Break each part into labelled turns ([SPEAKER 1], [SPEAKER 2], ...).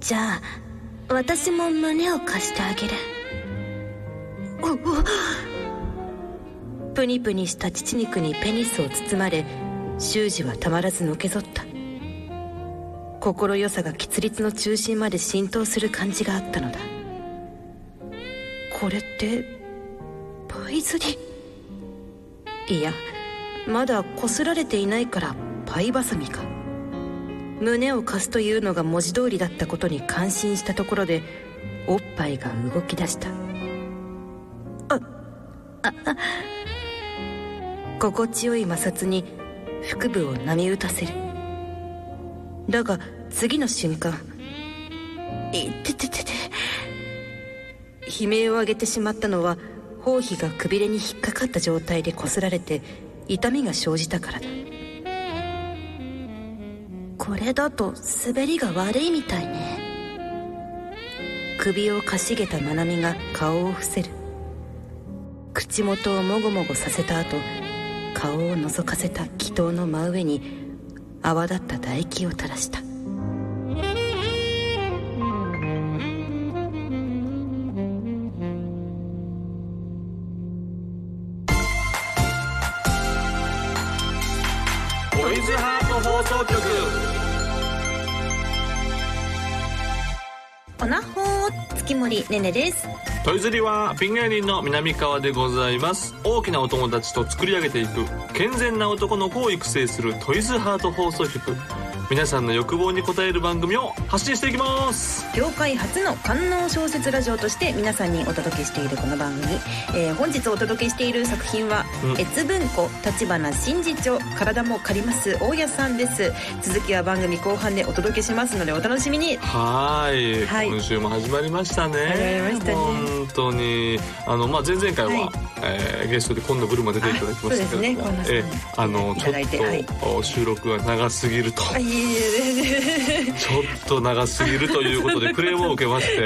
[SPEAKER 1] じゃあ私も胸を貸してあげるおおプニプニした乳肉にペニスを包まれ修二はたまらずのけぞった心よさが喫立の中心まで浸透する感じがあったのだこれってパイズリいやまだこすられていないからパイバサミか胸を貸すというのが文字通りだったことに感心したところでおっぱいが動き出したあああ心地よい摩擦に腹部を波打たせるだが次の瞬間「いてててて」悲鳴を上げてしまったのは包皮がくびれに引っかかった状態でこすられて痛みが生じたからだこれだと滑りが悪いみたいね首をかしげた愛美が顔を伏せる口元をもごもごさせた後顔を覗かせた祈祷の真上に泡立った唾液を垂らした
[SPEAKER 2] トイズハート放送局
[SPEAKER 3] おなほー月森ねねです
[SPEAKER 2] トイズリはピン芸人の南川でございます大きなお友達と作り上げていく健全な男の子を育成するトイズハート放送局皆さんの欲望に応える番組を発信していきます
[SPEAKER 3] 業界初の官能小説ラジオとして皆さんにお届けしているこの番組、えー本日お届けしている作品は
[SPEAKER 2] うん
[SPEAKER 3] 「越文庫立花真二町体も借ります大家さん」です続きは番組後半でお届けしますのでお楽しみに
[SPEAKER 2] はーい
[SPEAKER 3] はい
[SPEAKER 2] 今週も始まりましたね
[SPEAKER 3] 始まりましたね
[SPEAKER 2] 本当にあの、まあ、前々回は、
[SPEAKER 3] はい
[SPEAKER 2] えーゲストで今度ブルマ出ていただきま
[SPEAKER 3] あそう
[SPEAKER 2] したけども
[SPEAKER 3] ですね今度さん
[SPEAKER 2] えーあの
[SPEAKER 3] い
[SPEAKER 2] ちょ
[SPEAKER 3] ただいて
[SPEAKER 2] っと、収録が長すぎると
[SPEAKER 3] あいえいえいえ
[SPEAKER 2] ちょっと長すぎるというこ とでクレームを受けまして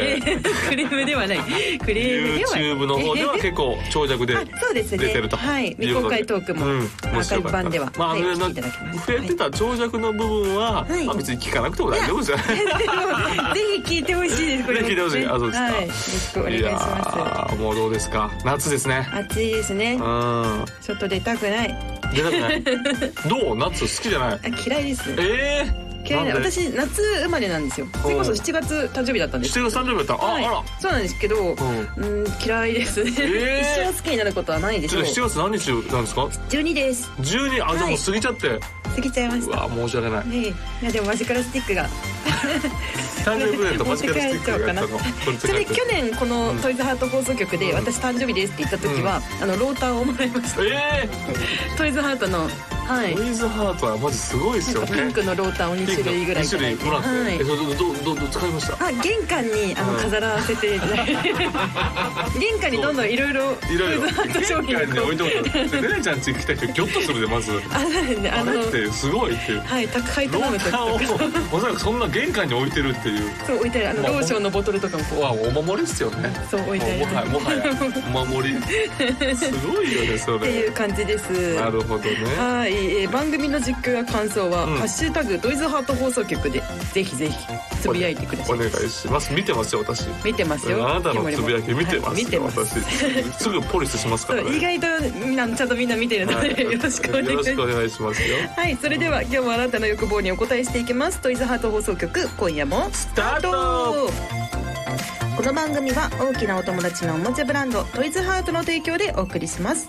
[SPEAKER 3] クレームではないクレームではない
[SPEAKER 2] YouTube の方では結構長尺で
[SPEAKER 3] あそうです
[SPEAKER 2] 出
[SPEAKER 3] ね
[SPEAKER 2] てると
[SPEAKER 3] はい
[SPEAKER 2] いうことで
[SPEAKER 3] 未公開トークも
[SPEAKER 2] うん
[SPEAKER 3] アーカイブ版では
[SPEAKER 2] まあ、
[SPEAKER 3] は
[SPEAKER 2] あ
[SPEAKER 3] い
[SPEAKER 2] の
[SPEAKER 3] 聞いていただけます
[SPEAKER 2] 増えてた長尺の部分は、
[SPEAKER 3] はい
[SPEAKER 2] まあ、別に聞かなくても大丈夫ですよね
[SPEAKER 3] ぜひ聞いてほしいですこれも
[SPEAKER 2] ぜひ聞いてほしいあそうですか
[SPEAKER 3] はい、よろしくお願いし
[SPEAKER 2] や
[SPEAKER 3] ます
[SPEAKER 2] ーもうどうですか夏ですね
[SPEAKER 3] 暑いですね
[SPEAKER 2] うん
[SPEAKER 3] 外出たくない
[SPEAKER 2] 出たくないどう夏好きじゃない
[SPEAKER 3] あ嫌いです
[SPEAKER 2] ええ
[SPEAKER 3] 嫌いな
[SPEAKER 2] なんで
[SPEAKER 3] 私夏生まれなんですよそれこそ7月誕生日だったんです
[SPEAKER 2] 7月誕生日だったあ、
[SPEAKER 3] はい
[SPEAKER 2] あら
[SPEAKER 3] そうなんですけどうん
[SPEAKER 2] ん
[SPEAKER 3] 嫌いですね、
[SPEAKER 2] ー
[SPEAKER 3] 一生好きになることはないでし
[SPEAKER 2] ち
[SPEAKER 3] ょ
[SPEAKER 2] ょ
[SPEAKER 3] う
[SPEAKER 2] っと7月何日なんですか
[SPEAKER 3] 12です
[SPEAKER 2] 12あじゃあもう過ぎちゃって、
[SPEAKER 3] 過ぎちゃいまし
[SPEAKER 2] う
[SPEAKER 3] た
[SPEAKER 2] わ申し訳ない
[SPEAKER 3] ねえいやでもマジカルスティックが
[SPEAKER 2] 誕生日プレゼント
[SPEAKER 3] 持
[SPEAKER 2] マ
[SPEAKER 3] っ
[SPEAKER 2] ジ
[SPEAKER 3] て
[SPEAKER 2] カ
[SPEAKER 3] 帰
[SPEAKER 2] ルスティ
[SPEAKER 3] っ
[SPEAKER 2] ッ
[SPEAKER 3] ちゃおうか
[SPEAKER 2] クがやった
[SPEAKER 3] な
[SPEAKER 2] の
[SPEAKER 3] それ去年このトイズハート放送局で
[SPEAKER 2] うん
[SPEAKER 3] 私誕生日ですって言った時はあのローターをもらいました
[SPEAKER 2] え
[SPEAKER 3] トイズハートのはい
[SPEAKER 2] えー、トイズハートはマジすごいですよ
[SPEAKER 3] なん
[SPEAKER 2] ね
[SPEAKER 3] かピンクのローターを2種類ぐらいい
[SPEAKER 2] 一
[SPEAKER 3] ただ
[SPEAKER 2] 種
[SPEAKER 3] い
[SPEAKER 2] 類
[SPEAKER 3] て
[SPEAKER 2] もらって、
[SPEAKER 3] は
[SPEAKER 2] え
[SPEAKER 3] い
[SPEAKER 2] それどどどど使い ました
[SPEAKER 3] あ玄関にあの
[SPEAKER 2] うん
[SPEAKER 3] 飾らせ ていただいて玄関にどんどんいろいろ
[SPEAKER 2] いろいろ
[SPEAKER 3] トイズハート商
[SPEAKER 2] 玄
[SPEAKER 3] 品
[SPEAKER 2] 関に
[SPEAKER 3] を
[SPEAKER 2] 置いておいてでレナちゃん家来た人ギョッとするでまず
[SPEAKER 3] あそうですねあ
[SPEAKER 2] あ
[SPEAKER 3] の
[SPEAKER 2] れってすごいっていう
[SPEAKER 3] はい宅配
[SPEAKER 2] ロ
[SPEAKER 3] 頼む
[SPEAKER 2] ー
[SPEAKER 3] 時と
[SPEAKER 2] タ
[SPEAKER 3] か
[SPEAKER 2] ーをおそらくそんな玄関に置いてるっていう
[SPEAKER 3] そう置いてあるあのローションのボトルとかもこ
[SPEAKER 2] わお守りっすよね
[SPEAKER 3] うそう置いてあ
[SPEAKER 2] もうもはや
[SPEAKER 3] る
[SPEAKER 2] もは やお守りすごいよねそ
[SPEAKER 3] ってい
[SPEAKER 2] れ
[SPEAKER 3] う感じです
[SPEAKER 2] なるほどね
[SPEAKER 3] はい、えー番組の実況や感想は「
[SPEAKER 2] うん
[SPEAKER 3] ハッシュタグドイズハート放送局」でぜひぜひつぶやいてくださ
[SPEAKER 2] お
[SPEAKER 3] い
[SPEAKER 2] 願いします見てますよ私
[SPEAKER 3] 見てます
[SPEAKER 2] あ
[SPEAKER 3] よ
[SPEAKER 2] なたの
[SPEAKER 3] 木森
[SPEAKER 2] つ
[SPEAKER 3] も
[SPEAKER 2] ぶやき見てますよ、
[SPEAKER 3] はい見てます
[SPEAKER 2] 私すぐポリスしますか
[SPEAKER 3] そ
[SPEAKER 2] らね
[SPEAKER 3] う意外とみんなちゃんとみんな見てるの
[SPEAKER 2] はい
[SPEAKER 3] で、よろしくお願いし
[SPEAKER 2] よ
[SPEAKER 3] ま
[SPEAKER 2] ろ
[SPEAKER 3] す
[SPEAKER 2] しくお願いしますよ
[SPEAKER 3] はい、それでは今日もあなたの欲望にお答えしていきます。トイズハート放送局、今夜も
[SPEAKER 2] スタート
[SPEAKER 3] この番組は大きなお友達のおもちゃブランドトイズハートの提供でお送りします。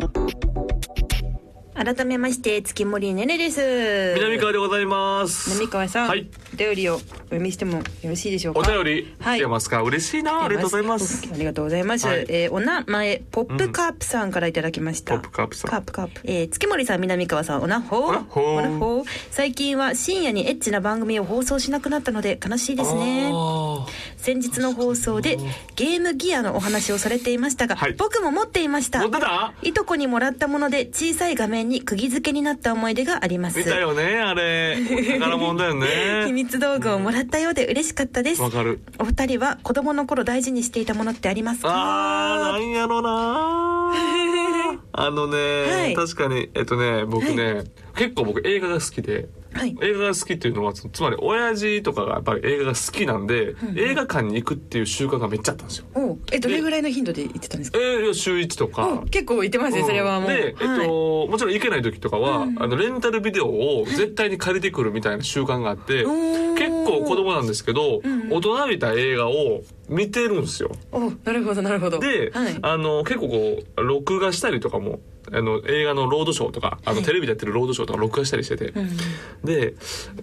[SPEAKER 3] 改めまして月森ねねです。
[SPEAKER 2] 南川でございます
[SPEAKER 3] 南川さん、
[SPEAKER 2] はい
[SPEAKER 3] お便りをお読みしてもよろしいでしょうか。
[SPEAKER 2] お便り
[SPEAKER 3] はい
[SPEAKER 2] 来てますか、嬉しいなありがとうございます
[SPEAKER 3] ありがとうございます。
[SPEAKER 2] はい
[SPEAKER 3] えーお名前ポップカープさんからいただきました。
[SPEAKER 2] ポップカープさん
[SPEAKER 3] カープカープ。えー月森さん、南川さん、おなほ
[SPEAKER 2] おなほー
[SPEAKER 3] おなほー最近は深夜にエッチな番組を放送しなくなったので悲しいですね。
[SPEAKER 2] あ
[SPEAKER 3] 先日の放送でゲームギアのお話をされていましたが、
[SPEAKER 2] はい
[SPEAKER 3] 僕も持っていました。
[SPEAKER 2] ー持ってた
[SPEAKER 3] いとこにもらったもので小さい画面に釘付けになった思い出があります。
[SPEAKER 2] 見たよねあれお宝物だよ
[SPEAKER 3] 秘
[SPEAKER 2] ね
[SPEAKER 3] 密道具をもらったようで嬉しかったです。
[SPEAKER 2] わかる
[SPEAKER 3] お二人は子供の頃大事にしていたものってありますか
[SPEAKER 2] あーなんやろなあのね、
[SPEAKER 3] はい
[SPEAKER 2] 確かに、えっとね、僕ね、結構僕映画が好きで、
[SPEAKER 3] はい
[SPEAKER 2] 映画が好きっていうのは、つつまり親父とかがやっぱり映画が好きなんで、映画館に行くっていう習慣がめっちゃあったんですよ。
[SPEAKER 3] おうえどれぐらいの頻度で行ってたんです
[SPEAKER 2] え
[SPEAKER 3] か
[SPEAKER 2] ーいや週一とか
[SPEAKER 3] お。結構行ってますねそれはもう
[SPEAKER 2] で、えっと、
[SPEAKER 3] はい
[SPEAKER 2] もちろん行けない時とかは、あのレンタルビデオを絶対に借りてくるみたいな習慣があって、
[SPEAKER 3] ー
[SPEAKER 2] 結構子供なんですけど、大人びた映画を見てるんですよ。
[SPEAKER 3] おなるほどなるほど
[SPEAKER 2] で、
[SPEAKER 3] はい
[SPEAKER 2] あの結構こう録画したりとかもあの映画のロードショーとかあのテレビでやってるロードショーとか録画したりしてて、で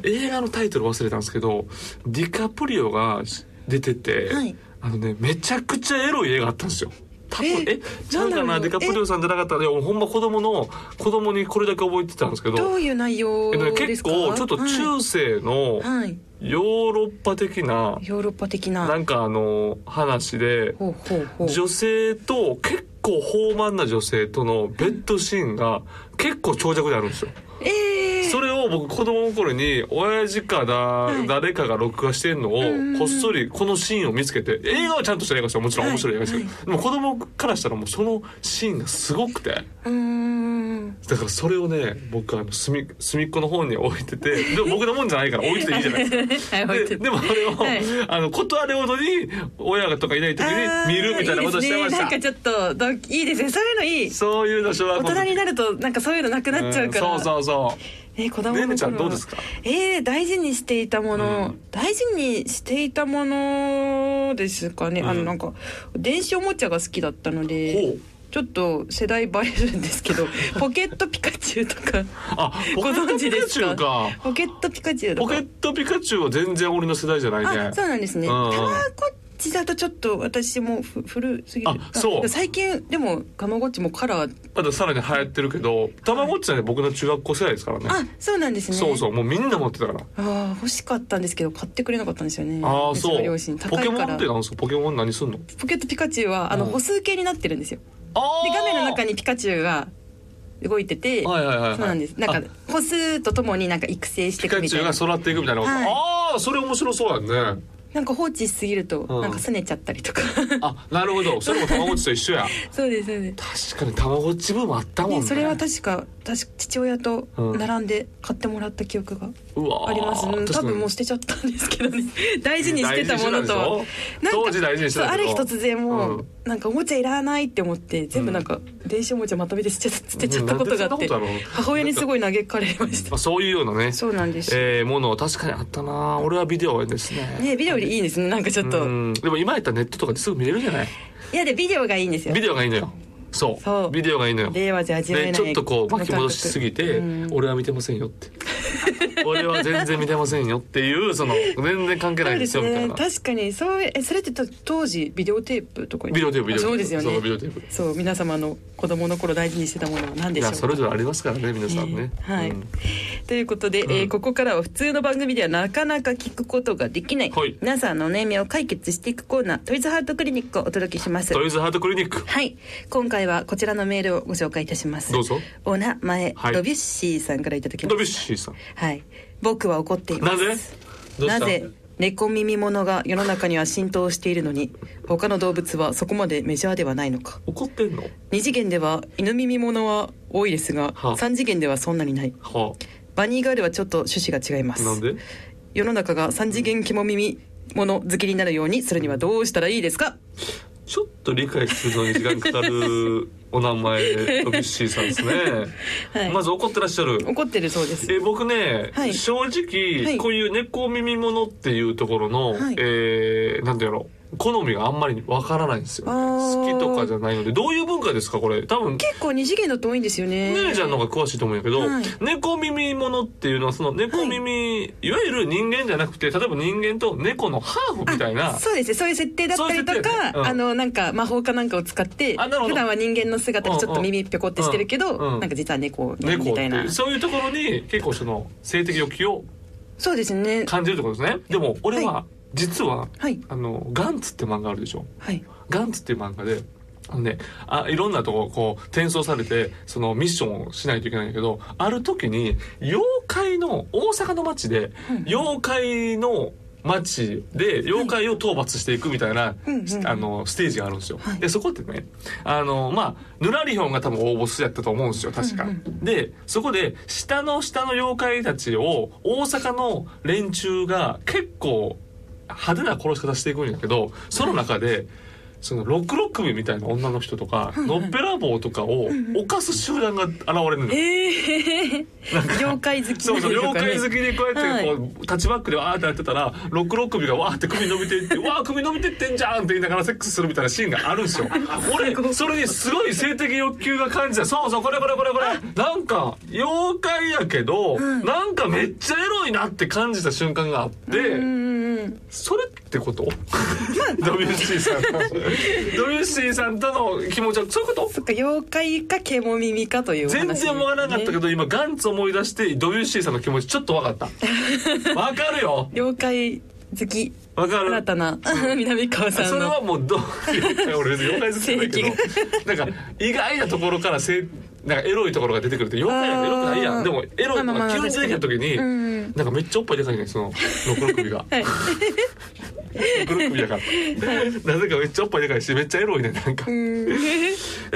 [SPEAKER 2] 映画のタイトル忘れたんですけどディカプリオが出てて、
[SPEAKER 3] はい
[SPEAKER 2] あのねめちゃくちゃエロい映画あったんですよ。多分
[SPEAKER 3] え
[SPEAKER 2] えちゃうか
[SPEAKER 3] な
[SPEAKER 2] なん
[SPEAKER 3] だ
[SPEAKER 2] ディ
[SPEAKER 3] ろう
[SPEAKER 2] カプリオさんじゃなかったらいやほんま子供の子供にこれだけ覚えてたんですけど
[SPEAKER 3] どういう内容
[SPEAKER 2] えっとね
[SPEAKER 3] で
[SPEAKER 2] 結
[SPEAKER 3] すか
[SPEAKER 2] 構ちょっと中世
[SPEAKER 3] は
[SPEAKER 2] の
[SPEAKER 3] い、はい、
[SPEAKER 2] ヨーロッパ的な
[SPEAKER 3] ヨーロッパ的な
[SPEAKER 2] なんかあの話で
[SPEAKER 3] ほうほうほう
[SPEAKER 2] 女性と結構豊満な女性とのベッドシーンが結構長尺であるんですよ。
[SPEAKER 3] ええ
[SPEAKER 2] それを僕子供の頃に親父かだ、
[SPEAKER 3] い
[SPEAKER 2] 誰かが録画してんの
[SPEAKER 3] ん
[SPEAKER 2] をこっそりこのシーンを見つけて映画はちゃんとした映画ですよもちろん
[SPEAKER 3] はい
[SPEAKER 2] 面白い映画ですけど、
[SPEAKER 3] は
[SPEAKER 2] でも子供からしたらもうそのシーンがすごくて
[SPEAKER 3] うーん
[SPEAKER 2] だからそれをね僕あの隅隅っこの方に置いててでも僕のもんじゃないから置いてていいじゃないですか。
[SPEAKER 3] はい置いて
[SPEAKER 2] で
[SPEAKER 3] る
[SPEAKER 2] でもあれを、
[SPEAKER 3] はい
[SPEAKER 2] あのことあるほどに親とかいない時に
[SPEAKER 3] あー
[SPEAKER 2] 見るみたいなことをしてまし
[SPEAKER 3] いいですね、
[SPEAKER 2] た。
[SPEAKER 3] なんかちょっとどいいですねそういうのいい
[SPEAKER 2] そういうの小学
[SPEAKER 3] 大
[SPEAKER 2] 校の時
[SPEAKER 3] 人になるとなんかそういうのなくなっちゃうから、
[SPEAKER 2] んそうそうそう
[SPEAKER 3] えー子供の頃
[SPEAKER 2] ねねちゃんどうですか
[SPEAKER 3] えー大事にしていたもの、
[SPEAKER 2] うん
[SPEAKER 3] 大事にしていたものですかね、あ
[SPEAKER 2] う
[SPEAKER 3] の
[SPEAKER 2] ん
[SPEAKER 3] なんか電子おもちゃが好きだったの
[SPEAKER 2] ほ
[SPEAKER 3] で
[SPEAKER 2] う
[SPEAKER 3] ちょっと世代映えるんですけど ポケットピカチュウとか
[SPEAKER 2] あポケ
[SPEAKER 3] ご
[SPEAKER 2] ット
[SPEAKER 3] 存知
[SPEAKER 2] ピ
[SPEAKER 3] で
[SPEAKER 2] カ
[SPEAKER 3] す
[SPEAKER 2] チ
[SPEAKER 3] か
[SPEAKER 2] ュウか
[SPEAKER 3] ポケットピカチュウと
[SPEAKER 2] ポ
[SPEAKER 3] か
[SPEAKER 2] ケットピカチュウは全然俺の世代じゃないね
[SPEAKER 3] あそうなんですね、
[SPEAKER 2] うんうん
[SPEAKER 3] たまごっちだとちょっと私もふ古すぎる
[SPEAKER 2] あそう
[SPEAKER 3] 最近でもたまごっちもカラー
[SPEAKER 2] まださらに流行ってるけどたまごっちはね僕の中学校世代ですからね
[SPEAKER 3] あそうなんですね
[SPEAKER 2] そうそうもうみんな持ってたから
[SPEAKER 3] ああ欲しかったんですけど買ってくれなかったんですよね
[SPEAKER 2] ああ
[SPEAKER 3] うちの
[SPEAKER 2] そう
[SPEAKER 3] 両親
[SPEAKER 2] ポ
[SPEAKER 3] 高い
[SPEAKER 2] ケモ
[SPEAKER 3] か
[SPEAKER 2] ン
[SPEAKER 3] ら
[SPEAKER 2] ってなんすかポケモン何すんの
[SPEAKER 3] ポケットピカチュウはあの
[SPEAKER 2] うん
[SPEAKER 3] 歩数計になってるんですよ
[SPEAKER 2] あ
[SPEAKER 3] で
[SPEAKER 2] ー
[SPEAKER 3] 画面の中にピカチュウが動いてて
[SPEAKER 2] はいはいはいはい
[SPEAKER 3] そうなんですなんか歩数とともになんか育成して
[SPEAKER 2] ピ
[SPEAKER 3] いく
[SPEAKER 2] カ
[SPEAKER 3] み
[SPEAKER 2] チ
[SPEAKER 3] た
[SPEAKER 2] ュウ
[SPEAKER 3] い
[SPEAKER 2] が
[SPEAKER 3] な
[SPEAKER 2] 育っていくみたいなこと、
[SPEAKER 3] はい
[SPEAKER 2] ああそれ面白そうやんね
[SPEAKER 3] なんか放置しすぎると
[SPEAKER 2] うん
[SPEAKER 3] なんか拗ねちゃったりとか
[SPEAKER 2] あなるほどそれもたまごっちと 一緒や
[SPEAKER 3] そうですそうです
[SPEAKER 2] 確かにたまごっちブームあったもんね
[SPEAKER 3] でそれは確か確か父親と
[SPEAKER 2] うん
[SPEAKER 3] 並んで買ってもらった記憶が
[SPEAKER 2] うわー
[SPEAKER 3] あります、うん多
[SPEAKER 2] 確か
[SPEAKER 3] 分
[SPEAKER 2] に
[SPEAKER 3] もう捨てちゃったんですけどね 大事にしてたものとは
[SPEAKER 2] 大事にしてたでしょ当時大事にして
[SPEAKER 3] そう
[SPEAKER 2] た
[SPEAKER 3] あ
[SPEAKER 2] け
[SPEAKER 3] る
[SPEAKER 2] ど
[SPEAKER 3] 日突然もう、
[SPEAKER 2] うん
[SPEAKER 3] なんかおもちゃいらないって思って全部なんか電子おもちゃまとめて捨てちゃ捨てちゃったことがあって、
[SPEAKER 2] うんなんでそんなことあるの
[SPEAKER 3] 母親にすごい嘆かれました
[SPEAKER 2] まあ、そういうようなね
[SPEAKER 3] そうなんですよ
[SPEAKER 2] えーものは確かにあったな俺はビデオですね
[SPEAKER 3] ねビデオでいいですねなんかちょっと、
[SPEAKER 2] うんでも今やったらネットとかですぐ見れるじゃない
[SPEAKER 3] いやでビデオがいいんですよ
[SPEAKER 2] ビデオがいいのよそう
[SPEAKER 3] そう
[SPEAKER 2] ビデオがいいのよ
[SPEAKER 3] 令和じゃ味わえない
[SPEAKER 2] でちょっとこう巻き戻しすぎて
[SPEAKER 3] うん
[SPEAKER 2] 俺は見てませんよって俺は全然見てませんよっていうその全然関係な
[SPEAKER 3] そ
[SPEAKER 2] いうで
[SPEAKER 3] ですす
[SPEAKER 2] よみたい
[SPEAKER 3] ね
[SPEAKER 2] な
[SPEAKER 3] 確かにそうえそれってと当時ビデオテープとかに
[SPEAKER 2] ビデオテープビデオテープ
[SPEAKER 3] そうですよね
[SPEAKER 2] そうビデオテープ
[SPEAKER 3] そう皆様の子供の頃大事にしてたものは何
[SPEAKER 2] い
[SPEAKER 3] でしょう
[SPEAKER 2] や
[SPEAKER 3] か
[SPEAKER 2] それぞれありますからね皆さんね、
[SPEAKER 3] えーはい
[SPEAKER 2] うん
[SPEAKER 3] ということで、えー
[SPEAKER 2] うん
[SPEAKER 3] ここからは普通の番組ではなかなか聞くことができない、
[SPEAKER 2] はい
[SPEAKER 3] 皆さんのお悩みを解決していくコーナートイズハートクリニックをお届けします
[SPEAKER 2] トイズハートクリニック
[SPEAKER 3] はい今回はこちらのメールをご紹介いたします
[SPEAKER 2] どうぞ
[SPEAKER 3] お名前、
[SPEAKER 2] はい
[SPEAKER 3] ドビュッシーさんからいただきま
[SPEAKER 2] ド
[SPEAKER 3] す
[SPEAKER 2] ビュッシーさん
[SPEAKER 3] はい僕は怒っています
[SPEAKER 2] なぜどうした
[SPEAKER 3] なぜ猫耳者が世の中には浸透しているのに他の動物はそこまでメジャーではないのか
[SPEAKER 2] 怒ってんの
[SPEAKER 3] 2次元では犬耳者は多いですが
[SPEAKER 2] はあ
[SPEAKER 3] 3次元ではそんなにない
[SPEAKER 2] は
[SPEAKER 3] バニーガールはちょっと趣旨が違いま
[SPEAKER 2] あ
[SPEAKER 3] す
[SPEAKER 2] なんで
[SPEAKER 3] 世の中が三次元肝耳物好きになるようにするにはどうしたらいいですか
[SPEAKER 2] ちょっと理解するのに時間かかるお名前のビッシーさんですね、
[SPEAKER 3] はい
[SPEAKER 2] まず怒ってらっしゃる
[SPEAKER 3] 怒ってるそうです
[SPEAKER 2] えー僕ね、
[SPEAKER 3] はい
[SPEAKER 2] 正直、
[SPEAKER 3] はい
[SPEAKER 2] こういう猫耳者っていうところの、
[SPEAKER 3] はい
[SPEAKER 2] えーなんていうの好みがあんまりわからないんですよね、
[SPEAKER 3] あー
[SPEAKER 2] 好きとかじゃないのでどういう文化ですかこれ多分
[SPEAKER 3] 結構二次元だと多いんですよね
[SPEAKER 2] ねねちゃんの方が詳しいと思うんやけど、
[SPEAKER 3] はい
[SPEAKER 2] 猫耳者っていうのはその猫耳、い、わゆる人間じゃなくて例えば人間と猫のハーフみたいな
[SPEAKER 3] そうですねそういう設定だったりと
[SPEAKER 2] そういう設定
[SPEAKER 3] か、
[SPEAKER 2] ねうん
[SPEAKER 3] あのなんか魔法かなんかを使って
[SPEAKER 2] あなるほ
[SPEAKER 3] 普
[SPEAKER 2] ど
[SPEAKER 3] 段は人間の姿でちょっと耳ぴょこってしてるけど、
[SPEAKER 2] うんうん
[SPEAKER 3] なんか実は猫
[SPEAKER 2] 猫
[SPEAKER 3] み
[SPEAKER 2] ったて
[SPEAKER 3] い
[SPEAKER 2] い
[SPEAKER 3] な
[SPEAKER 2] うそういうところに結構その性的欲求を
[SPEAKER 3] そうですね
[SPEAKER 2] 感じるってことですねでも俺は、
[SPEAKER 3] は
[SPEAKER 2] 実は
[SPEAKER 3] はい
[SPEAKER 2] あのガンツって漫画あるでしょ
[SPEAKER 3] はい
[SPEAKER 2] ガンツっていう漫画で、あのね、あいろんなとここう転送されてそのミッションをしないといけないんだけどある時に妖怪の大阪の街で
[SPEAKER 3] うん
[SPEAKER 2] 妖怪の町で妖怪を討伐していくみたいな、あのステージがあるんですよ、
[SPEAKER 4] はい
[SPEAKER 2] でそこってねあのまあヌラリヒョンが多分応募するやったと思うんですよ確か、でそこで下の下の妖怪たちを大阪の連中が結構派手な殺し方していくんやけどその中で、そのロックロックミみたいな女の人とか、のっぺらぼうとかを犯す集団が現れるのよ、
[SPEAKER 4] ええ妖怪好き
[SPEAKER 2] そ うそう妖怪好きでこうやってこ
[SPEAKER 4] は
[SPEAKER 2] う、タッチバックでわーってやってたらロックロック首がわーって首伸びていって「わー首伸びてってんじゃん!」って言いながらセックスするみたいなシーンがあるんですよ。俺それにすごい性的欲求が感じたそうそうこれこれこれこれなんか妖怪やけど、なんかめっちゃエロいなって感じた瞬間があって。それってこと ?WC さんと WC さんとの気持ちはそういうこと
[SPEAKER 3] そっか妖怪か獣耳かというお話
[SPEAKER 2] 全然わからなかったけど、今ガンツ思い出してドビュッシーさんの気持ちちょっとわか ったわかるよ
[SPEAKER 3] 妖怪好き
[SPEAKER 2] わかる
[SPEAKER 3] 新たな南川さ
[SPEAKER 2] そ
[SPEAKER 3] ん
[SPEAKER 2] れ
[SPEAKER 3] の
[SPEAKER 2] はもうどう俺別に妖怪好きじゃないけどなんか意外なところからせなんかエロいところが出てくるって妖怪なんかエロくないや
[SPEAKER 3] あ
[SPEAKER 2] ん
[SPEAKER 3] ー
[SPEAKER 2] でもエロいの
[SPEAKER 3] まあま
[SPEAKER 2] が
[SPEAKER 3] あまあ
[SPEAKER 2] 急に出てきた時に、
[SPEAKER 3] ん
[SPEAKER 2] なんかめっちゃおっぱいでかいねそのろくろ首が。ろくろ首だからなぜかめっちゃおっぱいでかいしめっちゃエロいねなんか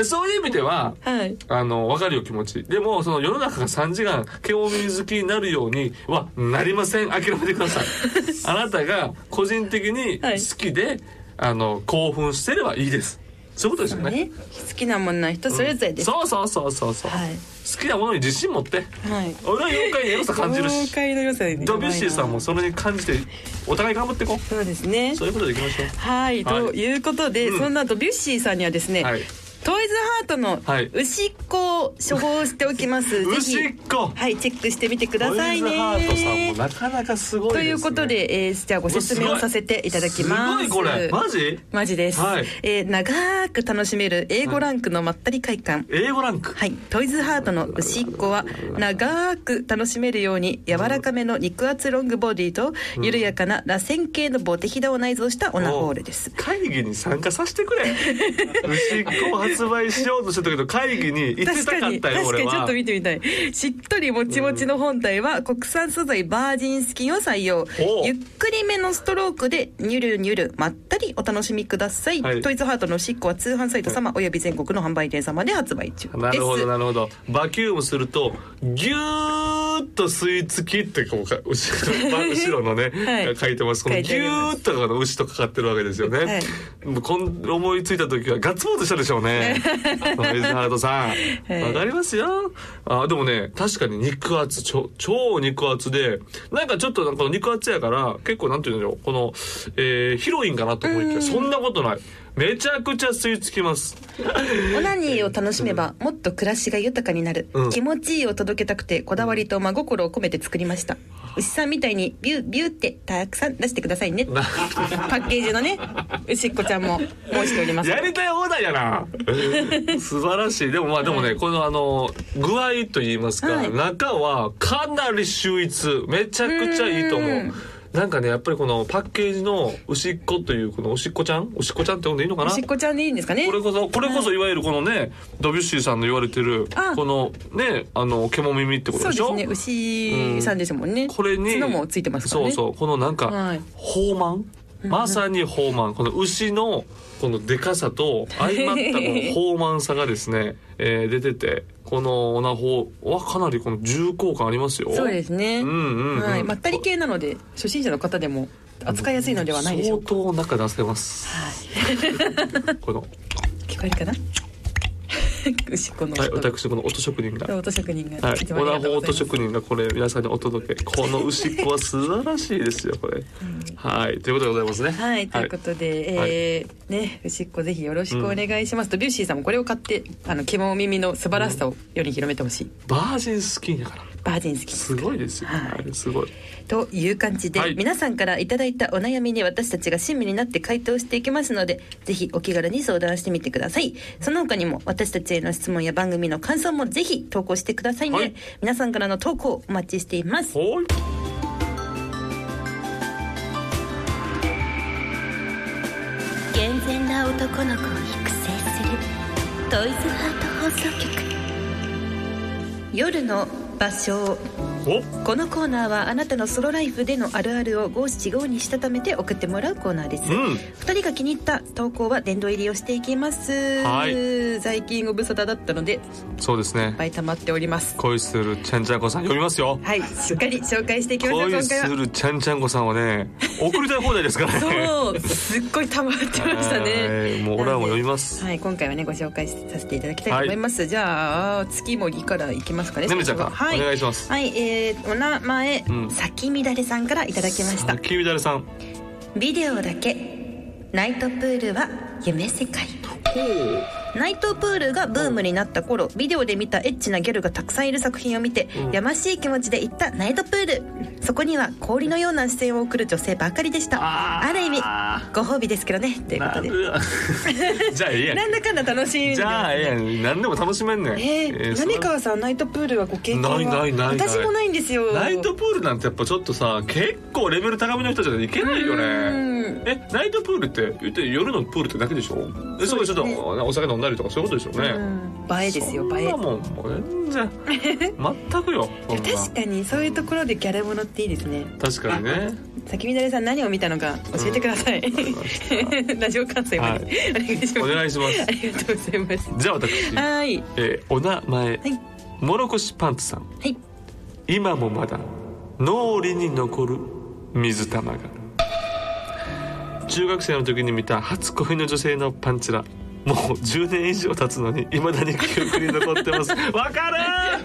[SPEAKER 2] そういう意味では
[SPEAKER 3] はい
[SPEAKER 2] あの分かるよ気持ちでもその世の中が3時間獣耳好きになるようにはなりません諦めてく ださいあなたが個人的に好きで、あの興奮してればいいですそういうことですよね
[SPEAKER 3] ね好きなものは人それぞれです、
[SPEAKER 2] そうそうそうそうそう、
[SPEAKER 3] はい
[SPEAKER 2] 好きなものに自信持って
[SPEAKER 3] はい
[SPEAKER 2] 俺は妖怪にエロさ感じる
[SPEAKER 3] 妖
[SPEAKER 2] し
[SPEAKER 3] 怪の良さで
[SPEAKER 2] ドビュッシーさんもそれに感じてお互い頑張っていこう
[SPEAKER 3] そうですね
[SPEAKER 2] そういうことでいきましょう
[SPEAKER 3] はい、
[SPEAKER 2] はい
[SPEAKER 3] ということで、
[SPEAKER 2] うん
[SPEAKER 3] そんなドビュッシーさんにはですね、
[SPEAKER 2] はい
[SPEAKER 3] トイズハートの
[SPEAKER 2] はい
[SPEAKER 3] 牛っ子を処方しておきます、
[SPEAKER 2] 牛
[SPEAKER 3] ぜ
[SPEAKER 2] っ
[SPEAKER 3] ひ
[SPEAKER 2] 子
[SPEAKER 3] はいチェックしてみてくだ
[SPEAKER 2] トイズ
[SPEAKER 3] さいね
[SPEAKER 2] ハートさんもなかなかすごいで
[SPEAKER 3] と
[SPEAKER 2] す、ね、
[SPEAKER 3] いうことで、えー、じゃあご説
[SPEAKER 2] う
[SPEAKER 3] 明
[SPEAKER 2] わ
[SPEAKER 3] をさせていただきます
[SPEAKER 2] すごいこれマジ
[SPEAKER 3] マジです、
[SPEAKER 2] はい
[SPEAKER 3] えー長く楽しめる英語ランクのまったり会館、
[SPEAKER 2] 英語ランク
[SPEAKER 3] はい、トイズハートの牛っ子は長く楽しめるように柔らかめの肉厚ロングボディと緩やかな螺旋形のボテヒダを内蔵したオナホールです
[SPEAKER 2] 会議に参加させて くれ牛っ子を発売しようとしてたけど会議に行って
[SPEAKER 3] 確
[SPEAKER 2] た
[SPEAKER 3] か
[SPEAKER 2] かっ
[SPEAKER 3] に
[SPEAKER 2] たよ
[SPEAKER 3] 確か
[SPEAKER 2] 俺
[SPEAKER 3] にちょっ
[SPEAKER 2] は
[SPEAKER 3] と見てみたいしっとりもちもちの本体は国産素材バージンスキンを採用
[SPEAKER 2] おう
[SPEAKER 3] ゆっくりめのストロークでニュルニュルまったりお楽しみください、
[SPEAKER 2] はい
[SPEAKER 3] トイズハートのしっこは通販サイト様および全国の販売店様で発売中です
[SPEAKER 2] なるほどなるほどバキュームするとギューッと吸い付きってこうか後 ろま後ろのね、
[SPEAKER 3] はい
[SPEAKER 2] 書いてますこの
[SPEAKER 3] 書
[SPEAKER 2] ギ
[SPEAKER 3] いてあり
[SPEAKER 2] ュー
[SPEAKER 3] ます
[SPEAKER 2] ッとかの牛とかかってるわけですよね、
[SPEAKER 3] はい
[SPEAKER 2] もうこん思いついた時はガッツポーズしたでしょうねノイズハートさんわ、
[SPEAKER 3] はい
[SPEAKER 2] かりますよあでもね確かに肉厚ちょ超肉厚でなんかちょっとなんか肉厚やから結構なんていうんだろうこの、えーヒロインかなと思いきやそんなことないめちゃくちゃ吸い付きます
[SPEAKER 3] オナニーを楽しめばもっと暮らしが豊かになる、
[SPEAKER 2] うん
[SPEAKER 3] 気持ちいいを届けたくてこだわりと真心を込めて作りました牛さんみたいにビュービューってたくさん出してくださいねパッケージのね牛っ子ちゃんも申しております
[SPEAKER 2] やりたい放題 やな素晴らしいでもまあでもね、このあの具合と言いますか、
[SPEAKER 3] はい
[SPEAKER 2] 中はかなり秀逸めちゃくちゃいいと思う
[SPEAKER 3] うん
[SPEAKER 2] なんかねやっぱりこのパッケージの「牛っ子」というこの「おしっこちゃん」「おしっこちゃん」って呼んでいいのかな
[SPEAKER 3] 牛っ子ちゃんでいいんですかね
[SPEAKER 2] これこそこれこそいわゆるこのねドビュッシーさんの言われてる
[SPEAKER 3] あ
[SPEAKER 2] このねあの獣耳ってこと
[SPEAKER 3] そう
[SPEAKER 2] で
[SPEAKER 3] で
[SPEAKER 2] しょ
[SPEAKER 3] すね牛さんですもんね
[SPEAKER 2] これに
[SPEAKER 3] 角もついてますからね
[SPEAKER 2] そうそうこのなんか、
[SPEAKER 3] はい
[SPEAKER 2] 放満まさに放満この牛のこのでかさと相まったこの放満さがですね、 えー出ててこのオナホはかなりこの重厚感ありますよ
[SPEAKER 3] そうですね、
[SPEAKER 2] うんうんうん
[SPEAKER 3] はい、まったり系なので初心者の方でも扱いやすいのではないでしょうか
[SPEAKER 2] 相当中出せます、 この
[SPEAKER 3] 聞こえるかな 牛っ子の
[SPEAKER 2] はい
[SPEAKER 3] 音が
[SPEAKER 2] 私この音 職人が
[SPEAKER 3] 音職人が
[SPEAKER 2] はい
[SPEAKER 3] 一、番あ
[SPEAKER 2] オ
[SPEAKER 3] り
[SPEAKER 2] ナ
[SPEAKER 3] がとう
[SPEAKER 2] ホ
[SPEAKER 3] ござ
[SPEAKER 2] ー
[SPEAKER 3] いま
[SPEAKER 2] ト
[SPEAKER 3] す
[SPEAKER 2] 職人がこれ皆さんにお届けこの牛っ子は素晴らしいですよこれ、はいということでございますね
[SPEAKER 3] はい、ということで、
[SPEAKER 2] はい
[SPEAKER 3] えーね、牛っ子ぜひよろしくお願いしますと、ビューシーさんもこれを買って、あの、獣耳の素晴らしさを世に広めてほしい。
[SPEAKER 2] バージンスキンやから
[SPEAKER 3] バージン好き。
[SPEAKER 2] すごいですよ、はい、すごい
[SPEAKER 3] という感じで、
[SPEAKER 2] はい
[SPEAKER 3] 皆さんからいただいたお悩みに私たちが親身になって回答していきますので、ぜひお気軽に相談してみてください。その他にも私たちへの質問や番組の感想もぜひ投稿してくださいね。
[SPEAKER 2] はい
[SPEAKER 3] 皆さんからの投稿お待ちしています。
[SPEAKER 2] はい
[SPEAKER 5] 健全な男の子を育成するトイズハート放送局
[SPEAKER 3] 夜の場所
[SPEAKER 2] お
[SPEAKER 6] このコーナーはあなたのソロライフでのあるあるを五七五にしたためて送ってもらうコーナーです、
[SPEAKER 2] う
[SPEAKER 6] 二
[SPEAKER 2] ん
[SPEAKER 6] 人が気に入った投稿は殿堂入りをしていきます、
[SPEAKER 2] はい
[SPEAKER 6] 最近ご無沙汰だったのでいっ
[SPEAKER 2] そうですね
[SPEAKER 6] ぱい溜まっております
[SPEAKER 2] 恋するちゃんちゃんこさん呼びますよ
[SPEAKER 6] はいしっかり紹介していきましょう
[SPEAKER 2] 恋
[SPEAKER 6] 今
[SPEAKER 2] す
[SPEAKER 6] 回は
[SPEAKER 2] るちゃんちゃんこさん はね送りたい放題ですからね
[SPEAKER 6] そうすっごい溜まってましたね
[SPEAKER 2] はいもうオラも呼びます
[SPEAKER 6] はい今回はねご紹介させていただきたいと思います、じゃあ月森からいきますかね
[SPEAKER 2] ねねちゃんから
[SPEAKER 6] は
[SPEAKER 2] お
[SPEAKER 6] い
[SPEAKER 2] 願いします
[SPEAKER 6] はい、えー、お名前、
[SPEAKER 2] うん
[SPEAKER 6] 咲き乱れさんからいただきました
[SPEAKER 2] キビダレさん
[SPEAKER 6] ビデオだけナイトプールは夢世界ナイトプールがブームになった頃ビデオで見たエッチなギャルがたくさんいる作品を見て、
[SPEAKER 2] うん
[SPEAKER 6] やましい気持ちで行ったナイトプールそこには氷のような視線を送る女性ばかりでした
[SPEAKER 2] あ
[SPEAKER 6] あ
[SPEAKER 2] ー
[SPEAKER 6] る意味ご褒美ですけどねということで
[SPEAKER 2] なじゃあええやん
[SPEAKER 6] なんだかんだ楽しみですね
[SPEAKER 2] じゃあええやん何でも楽しめんねん、
[SPEAKER 3] え
[SPEAKER 2] え
[SPEAKER 3] ー、
[SPEAKER 2] ーそれ
[SPEAKER 3] 浪川さんナイトプールはご経験は
[SPEAKER 2] ないないないない
[SPEAKER 3] 私もないんですよ
[SPEAKER 2] ナイトプールなんてやっぱちょっとさ結構レベル高めの人じゃないといけないよねえナイトプールって言って夜のプールってだけでしょえそこでちょっとお酒飲んだりとかそういうことでしょうね、
[SPEAKER 3] 映えですよ
[SPEAKER 2] そん
[SPEAKER 3] 映え
[SPEAKER 2] なもんもう 全然全くよそんな
[SPEAKER 3] 確かにそういうところでギャルものっていいですね
[SPEAKER 2] 確かにね
[SPEAKER 3] 先みだれさん何を見たのか教えてください、 ラジオ関西まで、お
[SPEAKER 2] は
[SPEAKER 3] 願いし
[SPEAKER 2] お
[SPEAKER 3] ます
[SPEAKER 2] 願いします
[SPEAKER 3] あ りがとうございます
[SPEAKER 2] じゃあ私、
[SPEAKER 3] はい
[SPEAKER 2] えーお名前、もろこしパンツさん、
[SPEAKER 6] い
[SPEAKER 2] 今もまだ脳裏に残る水玉が中学生の時に見た初恋の女性のパンチラもう10年以上経つのにいまだに記憶に残ってますわかる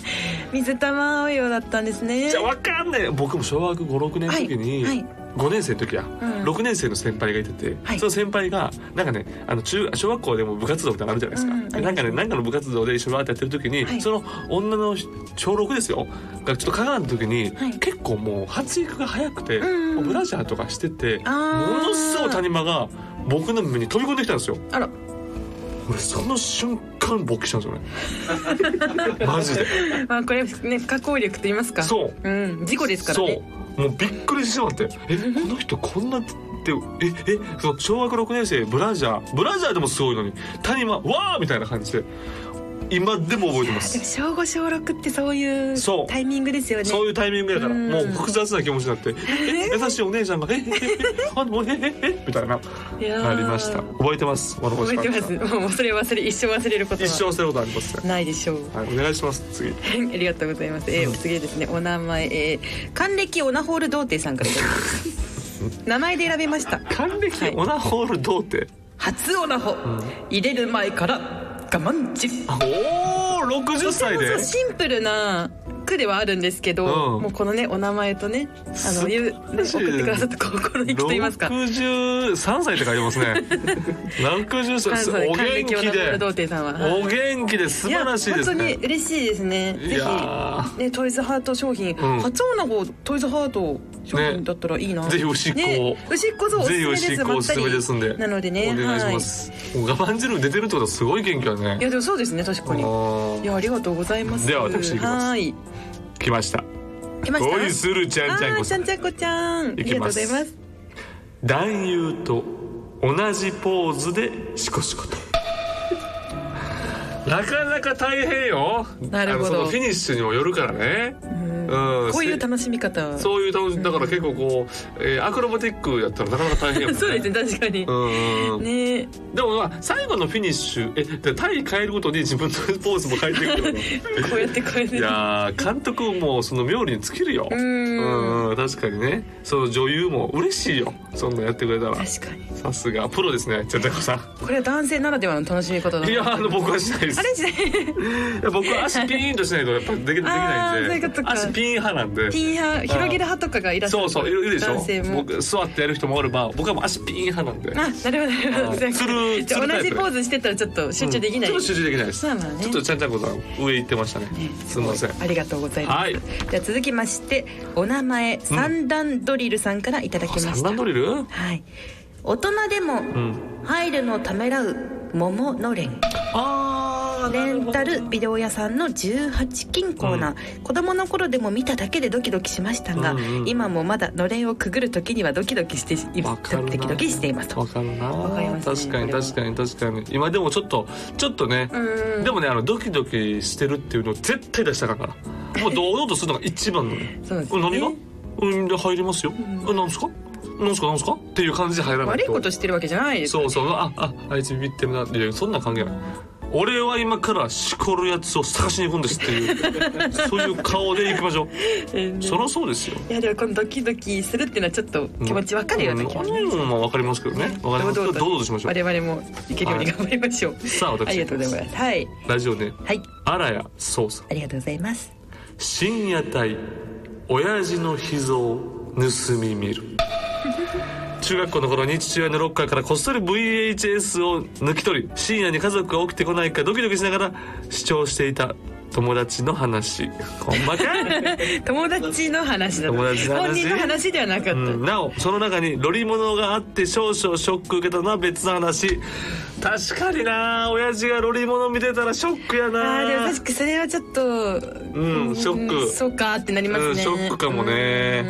[SPEAKER 3] 水玉青よだったんですね
[SPEAKER 2] じゃあわかんねえ僕も小学56年の時に、
[SPEAKER 3] はいはい
[SPEAKER 2] 5年生の時や、6年生の先輩がいてて、
[SPEAKER 3] はい
[SPEAKER 2] その先輩がなんかねあの中小学校でも部活動みたいなのあるじゃないですか、
[SPEAKER 3] うんうん
[SPEAKER 2] でなんかねなんかの部活動で一緒にわーってやってる時に、
[SPEAKER 3] はい
[SPEAKER 2] その女の小6ですよがちょっとかがんだ時に、
[SPEAKER 3] はい
[SPEAKER 2] 結構もう発育が早くて、
[SPEAKER 3] んうん
[SPEAKER 2] もうブラジャーとかしてても
[SPEAKER 3] あー
[SPEAKER 2] のすごい谷間が僕の目に飛び込んできたんですよ
[SPEAKER 3] あら
[SPEAKER 2] 俺その瞬間勃起したんですよ ねマジで
[SPEAKER 3] まあこれね不可抗力と言いますかう、
[SPEAKER 2] そう
[SPEAKER 3] うん、事故ですからね
[SPEAKER 2] そうもうびっくりしてしまってえこの人こんなってええその小学6年生ブラジャーブラジャーでもすごいのに谷間わーみたいな感じで今でも覚えてま
[SPEAKER 3] でも
[SPEAKER 2] す
[SPEAKER 3] 小五小六ってそういう
[SPEAKER 2] そう
[SPEAKER 3] タイミングですよね
[SPEAKER 2] そういうタイミングやから
[SPEAKER 3] うん
[SPEAKER 2] もう複雑な気持ちになってえ優しいお姉ちゃんが「ええええあもうええええみたいない
[SPEAKER 3] やー
[SPEAKER 2] なりました覚えてますこの
[SPEAKER 3] 覚えてますもうそれ忘れ一生忘れることは
[SPEAKER 2] 一生することありますね
[SPEAKER 3] ないでしょう
[SPEAKER 2] はいお願いします次
[SPEAKER 3] ありがとうございます、えー、次ですねお名前、えー、還暦オナホール童貞さんからいただきま した名前で選びました
[SPEAKER 2] 還暦
[SPEAKER 3] はい
[SPEAKER 2] オナホール童貞
[SPEAKER 3] 初オナホ、入れる前から我慢中
[SPEAKER 2] おお60歳で
[SPEAKER 3] そうシンプルな句ではあるんですけど、
[SPEAKER 2] うん
[SPEAKER 3] もうこのねお名前とねあ
[SPEAKER 2] 素
[SPEAKER 3] の
[SPEAKER 2] 晴
[SPEAKER 3] ゆね
[SPEAKER 2] らしい
[SPEAKER 3] 送ってくださった心意気と言いますか
[SPEAKER 2] 63歳って書い てますね63
[SPEAKER 3] 関西
[SPEAKER 2] 歳お
[SPEAKER 3] 還暦
[SPEAKER 2] 元気
[SPEAKER 3] オナホール
[SPEAKER 2] で
[SPEAKER 3] 童貞さんははい
[SPEAKER 2] お元気で素晴らしいです
[SPEAKER 3] や
[SPEAKER 2] ね
[SPEAKER 3] 本当に嬉しいですねぜ
[SPEAKER 2] いや
[SPEAKER 3] ひねトイズハート商品、
[SPEAKER 2] うん
[SPEAKER 3] 初オナホトイズハート商品だったらいいな、
[SPEAKER 2] ねぜひおしっこを
[SPEAKER 3] ね、おしっこそうおす
[SPEAKER 2] ぜひお
[SPEAKER 3] す
[SPEAKER 2] し
[SPEAKER 3] めで
[SPEAKER 2] っ
[SPEAKER 3] す
[SPEAKER 2] こおすすめですんで
[SPEAKER 3] まったりなのでね
[SPEAKER 2] お願いします、もう我慢汁出てるってことはすごい元気だ
[SPEAKER 3] はい、い
[SPEAKER 2] ね
[SPEAKER 3] やでもそうですね確かにいやありがとうございます
[SPEAKER 2] では私行きます
[SPEAKER 3] はい
[SPEAKER 2] 来ました
[SPEAKER 3] 来ました
[SPEAKER 2] 恋するちゃんちゃん
[SPEAKER 3] あ
[SPEAKER 2] こ
[SPEAKER 3] ーちゃ
[SPEAKER 2] さん
[SPEAKER 3] んちゃんこちゃんあ
[SPEAKER 2] い
[SPEAKER 3] り
[SPEAKER 2] き
[SPEAKER 3] がとう
[SPEAKER 2] ま
[SPEAKER 3] ご
[SPEAKER 2] す
[SPEAKER 3] ざいます
[SPEAKER 2] 男優と同じポーズでシコシコと なかなか大変よ
[SPEAKER 3] なるほど
[SPEAKER 2] あのそのフィニッシュにもよるからねうん
[SPEAKER 3] こういう楽しみ方は
[SPEAKER 2] そういう楽しだから結構こう、えーアクロバティックやったらなかなか大変やもんね。
[SPEAKER 3] そうですね確かに
[SPEAKER 2] う、んうん
[SPEAKER 3] ね
[SPEAKER 2] でもまあ最後のフィニッシュえで体位変えることに自分のポーズも変えていくけど
[SPEAKER 3] こうやってこうやって
[SPEAKER 2] いやー監督もその妙利に尽きるよ
[SPEAKER 3] ん
[SPEAKER 2] うんうん確かにねその女優も嬉しいよそんなやってくれたら
[SPEAKER 3] 確かに
[SPEAKER 2] さすがプロですねちゃんちゃんこさ
[SPEAKER 3] これは男性ならではの楽しみ方だ
[SPEAKER 2] んいやあの僕はしないです
[SPEAKER 3] あれじゃ
[SPEAKER 2] いや僕は足ピーンとしないとやっぱできできないん
[SPEAKER 3] あーそうい
[SPEAKER 2] で
[SPEAKER 3] うことか
[SPEAKER 2] 足ピーン派なんで
[SPEAKER 3] ピン派広げる派とかがいらっしゃ
[SPEAKER 2] そ
[SPEAKER 3] る
[SPEAKER 2] うそういるいるでしょ
[SPEAKER 3] 男性も
[SPEAKER 2] 僕座ってやる人もおれば僕はもう足ピーン派なんで
[SPEAKER 3] あなるほどなるほ
[SPEAKER 2] はい
[SPEAKER 3] ど
[SPEAKER 2] つる
[SPEAKER 3] じゃあ
[SPEAKER 2] つるタ
[SPEAKER 3] 同
[SPEAKER 2] イプ
[SPEAKER 3] じポーズしてたらちょっと集中できない、
[SPEAKER 2] ちょっと集中できないです。
[SPEAKER 3] まあまあね
[SPEAKER 2] ちょっとちゃんちゃんこさん上行ってましたね。すみません。
[SPEAKER 3] ありがとうございます、
[SPEAKER 2] はい。
[SPEAKER 6] じゃあ続きましてお名前三段ドリルさんからいただきま
[SPEAKER 2] 三
[SPEAKER 6] した、
[SPEAKER 2] 段ドリル？
[SPEAKER 6] はい大人でも
[SPEAKER 2] うん。
[SPEAKER 6] 入るのためらう桃のれん
[SPEAKER 2] ああど
[SPEAKER 6] レンタルビデオ屋さんの18金コーナー、子供の頃でも見ただけでドキドキしましたが、
[SPEAKER 2] うんうん
[SPEAKER 6] 今もまだのれんをくぐる時にはドキドキしていま
[SPEAKER 2] わかるな
[SPEAKER 6] ドキドキしていますと
[SPEAKER 2] わかるな
[SPEAKER 6] わかりますね
[SPEAKER 2] 確かに
[SPEAKER 6] これは
[SPEAKER 2] 確かに確かに今でもちょっとちょっとね、
[SPEAKER 6] うん
[SPEAKER 2] でもねあのドキドキしてるっていうのを絶対出したらあかんからもう堂々とするのが一番なのよ
[SPEAKER 6] そうです
[SPEAKER 2] うん
[SPEAKER 6] ね
[SPEAKER 2] 何がうんで入りますよ、うん、なんすかなんすかなんすかっていう感じで入らない
[SPEAKER 3] 悪いことしてるわけじゃないです
[SPEAKER 2] そうそうあああいつビビってるないやそんなん関係ない俺は今からしこるやつを探しに行くんですって いうそういう顔で行きましょうそりゃそうですよ
[SPEAKER 3] いやでもこのドキドキするっていうのはちょっと気持ちわかるような気もします
[SPEAKER 2] うんまあわかりますけどねわかりますけど
[SPEAKER 3] 堂々と
[SPEAKER 2] どうぞしましょう
[SPEAKER 3] 我々もいけるように頑張りましょう、
[SPEAKER 2] さあ私
[SPEAKER 3] ありがとうございますはい
[SPEAKER 2] ラジオね
[SPEAKER 6] はい
[SPEAKER 2] あらやそうさん
[SPEAKER 6] ありがとうございます
[SPEAKER 2] 深夜帯親父の秘蔵盗み見る中学校の頃に父親のロッカーからこっそり VHS を抜き取り深夜に家族が起きてこないかドキドキしながら視聴していた友達の話ほんまかい
[SPEAKER 3] 友達の話だった
[SPEAKER 2] 友達の話
[SPEAKER 3] 本人の話ではなかった、
[SPEAKER 2] うん、なおその中にロリものがあって少々ショック受けたのは別の話確かにな親父がロリもの見てたらショックやな
[SPEAKER 3] あーでも確かにそれはちょっと
[SPEAKER 2] んショック
[SPEAKER 3] そうかってなりますね、
[SPEAKER 2] うん、ショックかもね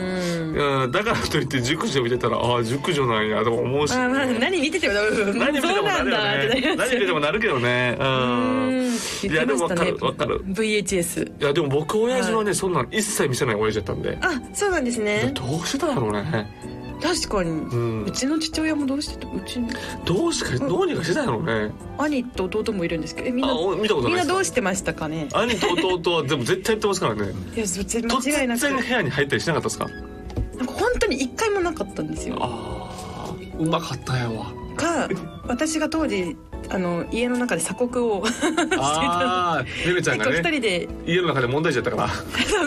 [SPEAKER 2] うん、だからといって熟女見てたらああ熟女なんやとも思うし、
[SPEAKER 3] まあまあ何見ててもうん
[SPEAKER 2] 何見て
[SPEAKER 3] そ
[SPEAKER 2] て
[SPEAKER 3] う
[SPEAKER 2] も
[SPEAKER 3] なん
[SPEAKER 2] なるよ
[SPEAKER 3] だってな
[SPEAKER 2] ね
[SPEAKER 3] りま
[SPEAKER 2] 何
[SPEAKER 3] す
[SPEAKER 2] 見ててもなるけどねう
[SPEAKER 3] うん
[SPEAKER 2] んい
[SPEAKER 3] 言
[SPEAKER 2] や
[SPEAKER 3] って
[SPEAKER 2] で
[SPEAKER 3] ま
[SPEAKER 2] も
[SPEAKER 3] し
[SPEAKER 2] わ
[SPEAKER 3] た
[SPEAKER 2] か
[SPEAKER 3] ね
[SPEAKER 2] るわかる
[SPEAKER 3] VHS
[SPEAKER 2] いやでも僕親父はね、そんなの一切見せない親父だったんで
[SPEAKER 3] あそうなんですね
[SPEAKER 2] どうしてたんだろうね
[SPEAKER 3] 確かに、うんちの父親もどうしてたうちの
[SPEAKER 2] どうしかどうにかしてたんやろうね
[SPEAKER 3] 兄と弟もいるんですけどえみん
[SPEAKER 2] あ
[SPEAKER 3] な
[SPEAKER 2] お見たこと
[SPEAKER 3] みんな
[SPEAKER 2] な
[SPEAKER 3] いど
[SPEAKER 2] で
[SPEAKER 3] う
[SPEAKER 2] す
[SPEAKER 3] してましたかね
[SPEAKER 2] 兄と弟はでも絶対やってますからね
[SPEAKER 3] いや絶
[SPEAKER 2] 突
[SPEAKER 3] 対間違いなく
[SPEAKER 2] 然部屋に入ったりしなかったですか
[SPEAKER 3] なんか本当に一回もなかったんですよ
[SPEAKER 2] ああうまかったや わ
[SPEAKER 3] か私が当時あの家の中で鎖国をしてた
[SPEAKER 2] ああゆめちゃん
[SPEAKER 3] 結
[SPEAKER 2] が
[SPEAKER 3] 構 一
[SPEAKER 2] ね
[SPEAKER 3] 人で
[SPEAKER 2] 家の中で問題児やったから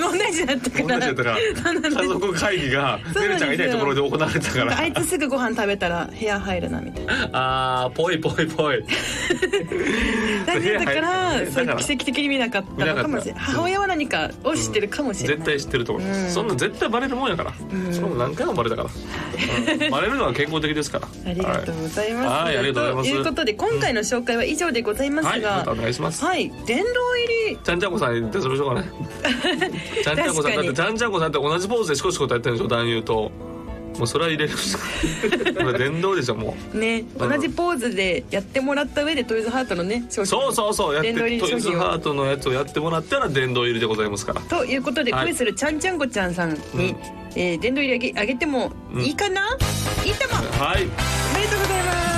[SPEAKER 3] 問題児だ ったか
[SPEAKER 2] 問題
[SPEAKER 3] ら
[SPEAKER 2] 児やったから家族会議が
[SPEAKER 3] そう
[SPEAKER 2] ね
[SPEAKER 3] なんですよ
[SPEAKER 2] るちゃんがいないところで行われたから
[SPEAKER 3] あいつすぐご飯食べたら部屋入るなみたいな
[SPEAKER 2] あーぽいぽい ぽい
[SPEAKER 3] 大丈夫だからそ
[SPEAKER 2] 部屋入る
[SPEAKER 3] う
[SPEAKER 2] だから
[SPEAKER 3] 奇跡的に見なかったのかもしれ
[SPEAKER 2] 見な
[SPEAKER 3] な
[SPEAKER 2] かった
[SPEAKER 3] い母親は何かを知ってるかもしれ
[SPEAKER 2] 絶
[SPEAKER 3] ない、
[SPEAKER 2] 対知ってると思います、
[SPEAKER 3] うん
[SPEAKER 2] そんな絶対バレるもんやから、それも何回もバ レたから、うんバレるのは健康的ですから
[SPEAKER 3] ありがとうございます、
[SPEAKER 2] はいはいありがとうございます
[SPEAKER 3] いうことで今回の紹介は以上でございます
[SPEAKER 2] はい、はい、ま
[SPEAKER 3] が
[SPEAKER 2] たお願いします、
[SPEAKER 3] はい、電動入り
[SPEAKER 2] ちゃんちゃんこさんに出しましょう かねちゃんちゃんこさんだってちゃんちゃんこさんって同じポーズでシコシコとやってるんでしょ男優ともうそれは入れ るしかこれ電動でしょも
[SPEAKER 3] ね、同じポーズでやってもらった上でトイズハートのね商品
[SPEAKER 2] うそうそうそうやって
[SPEAKER 3] 電動入り
[SPEAKER 2] ト
[SPEAKER 3] 商
[SPEAKER 2] イズ
[SPEAKER 3] 品
[SPEAKER 2] ハ
[SPEAKER 3] を
[SPEAKER 2] ートのやつをやってもらったら電動入りでございますから
[SPEAKER 3] ということで
[SPEAKER 2] はい
[SPEAKER 3] 恋するちゃんちゃんこちゃんさんに、
[SPEAKER 2] うん
[SPEAKER 3] えー電動入りあげあげてもいいかな、いいとも
[SPEAKER 2] はい
[SPEAKER 3] おめでとうございます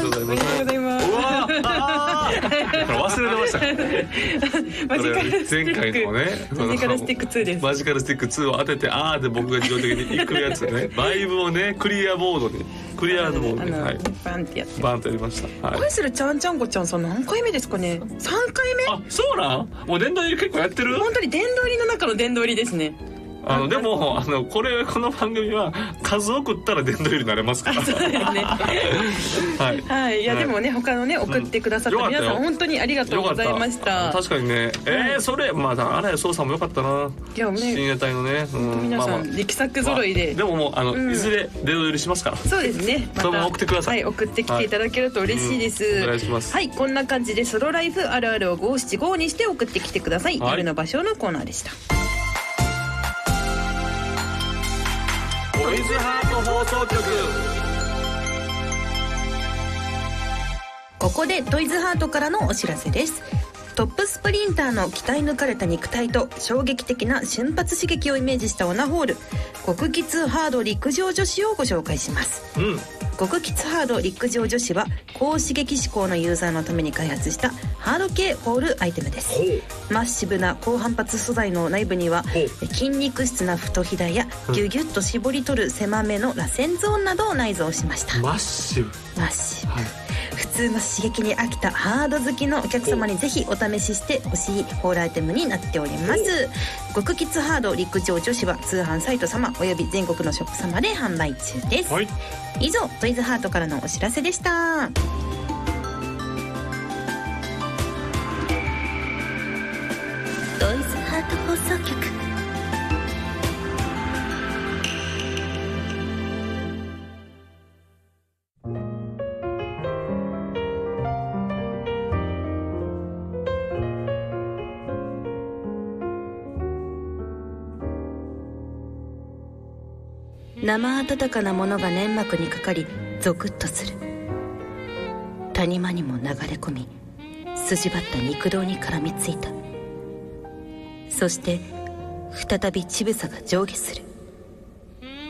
[SPEAKER 2] おめでとうございま
[SPEAKER 3] おめでとう
[SPEAKER 2] う
[SPEAKER 3] ござい
[SPEAKER 2] わあーこれ忘れてました
[SPEAKER 3] ますマジカルスティ
[SPEAKER 2] 前
[SPEAKER 3] ック
[SPEAKER 2] 回のね
[SPEAKER 3] マジカルスティック2です
[SPEAKER 2] マジカルスティック2を当ててあーで僕が自動的に行くやつね バイブをねクリアボードにクリアボード
[SPEAKER 3] あ
[SPEAKER 2] に、
[SPEAKER 3] の、
[SPEAKER 2] はい、
[SPEAKER 3] バンってやって
[SPEAKER 2] バーンとやりました、はい
[SPEAKER 3] 恋、するちゃんちゃんこちゃんさん何回目ですかね3回目
[SPEAKER 2] あそうなんもう年代結構やってる
[SPEAKER 3] 本当に殿堂入りの中の殿堂入りです ね
[SPEAKER 2] あのでもあのこれこの番組は数送ったら殿堂入りになれますから
[SPEAKER 3] そうですね
[SPEAKER 2] はい
[SPEAKER 3] はいいや
[SPEAKER 2] はい
[SPEAKER 3] でもね他のね送ってくださっ
[SPEAKER 2] うん
[SPEAKER 3] た
[SPEAKER 2] よかった
[SPEAKER 3] 皆
[SPEAKER 2] よ
[SPEAKER 3] さん本当にありがとう
[SPEAKER 2] よか
[SPEAKER 3] ご
[SPEAKER 2] っ
[SPEAKER 3] ざいましたた
[SPEAKER 2] 確かにねえー、それまあだから荒谷壮さんもよかったない
[SPEAKER 3] やね
[SPEAKER 2] 深夜帯のね、うん、
[SPEAKER 3] 皆
[SPEAKER 2] ま
[SPEAKER 3] さ
[SPEAKER 2] あまあ
[SPEAKER 3] ん力作揃いで
[SPEAKER 2] でももうあの、
[SPEAKER 3] うん
[SPEAKER 2] いずれ殿堂入りしますから
[SPEAKER 3] そうですね。
[SPEAKER 2] そのまま送ってくださ
[SPEAKER 3] は
[SPEAKER 2] い
[SPEAKER 3] い、送ってきていただけると嬉しいです。
[SPEAKER 2] はいうんお願いします
[SPEAKER 3] はい、こんな感じでソロライフあるあるを五七五にして送ってきてください。
[SPEAKER 2] はい
[SPEAKER 3] 夜の場所のコーナーでした。
[SPEAKER 2] トイズハート放送局
[SPEAKER 6] ここでトイズハートからのお知らせですトップスプリンターの鍛え抜かれた肉体と衝撃的な瞬発刺激をイメージしたオナホール極キツハード陸上女子をご紹介します
[SPEAKER 2] うん
[SPEAKER 6] 極キツハード陸上女子は高刺激志向のユーザーのために開発したハード系ホールアイテムです
[SPEAKER 2] ほう
[SPEAKER 6] マッシブな高反発素材の内部には
[SPEAKER 2] ほう
[SPEAKER 6] 筋肉質な太ひだや
[SPEAKER 2] うん
[SPEAKER 6] ギュギュッと絞り取る狭めの螺旋ゾーンなどを内蔵しました
[SPEAKER 2] マッシブ
[SPEAKER 6] マッシ
[SPEAKER 2] はい
[SPEAKER 6] ブ普通の刺激に飽きたハード好きのお客様にぜひお試ししてほしいホールアイテムになっております極キッズハード陸上女子は通販サイト様および全国のショップ様で販売中です、
[SPEAKER 2] はい
[SPEAKER 6] 以上トイズハートからのお知らせでした
[SPEAKER 1] トイズハート放送局生温かなものが粘膜にかかりゾクッとする谷間にも流れ込み筋張った肉道に絡みついたそして再び乳房が上下する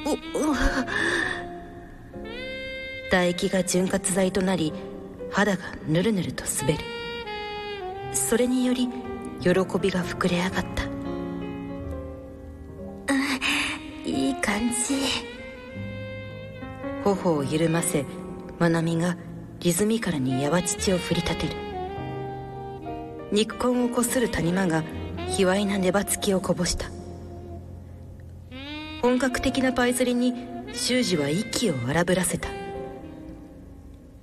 [SPEAKER 1] おうわ唾液が潤滑剤となり肌がぬるぬると滑るそれにより喜びが膨れ上がった
[SPEAKER 7] いい感じ
[SPEAKER 1] 頬を緩ませまなみがリズミカルにやわ乳を振り立てる肉根をこする谷間が卑猥な粘つきをこぼした本格的なパイズリに修二は息を荒ぶらせた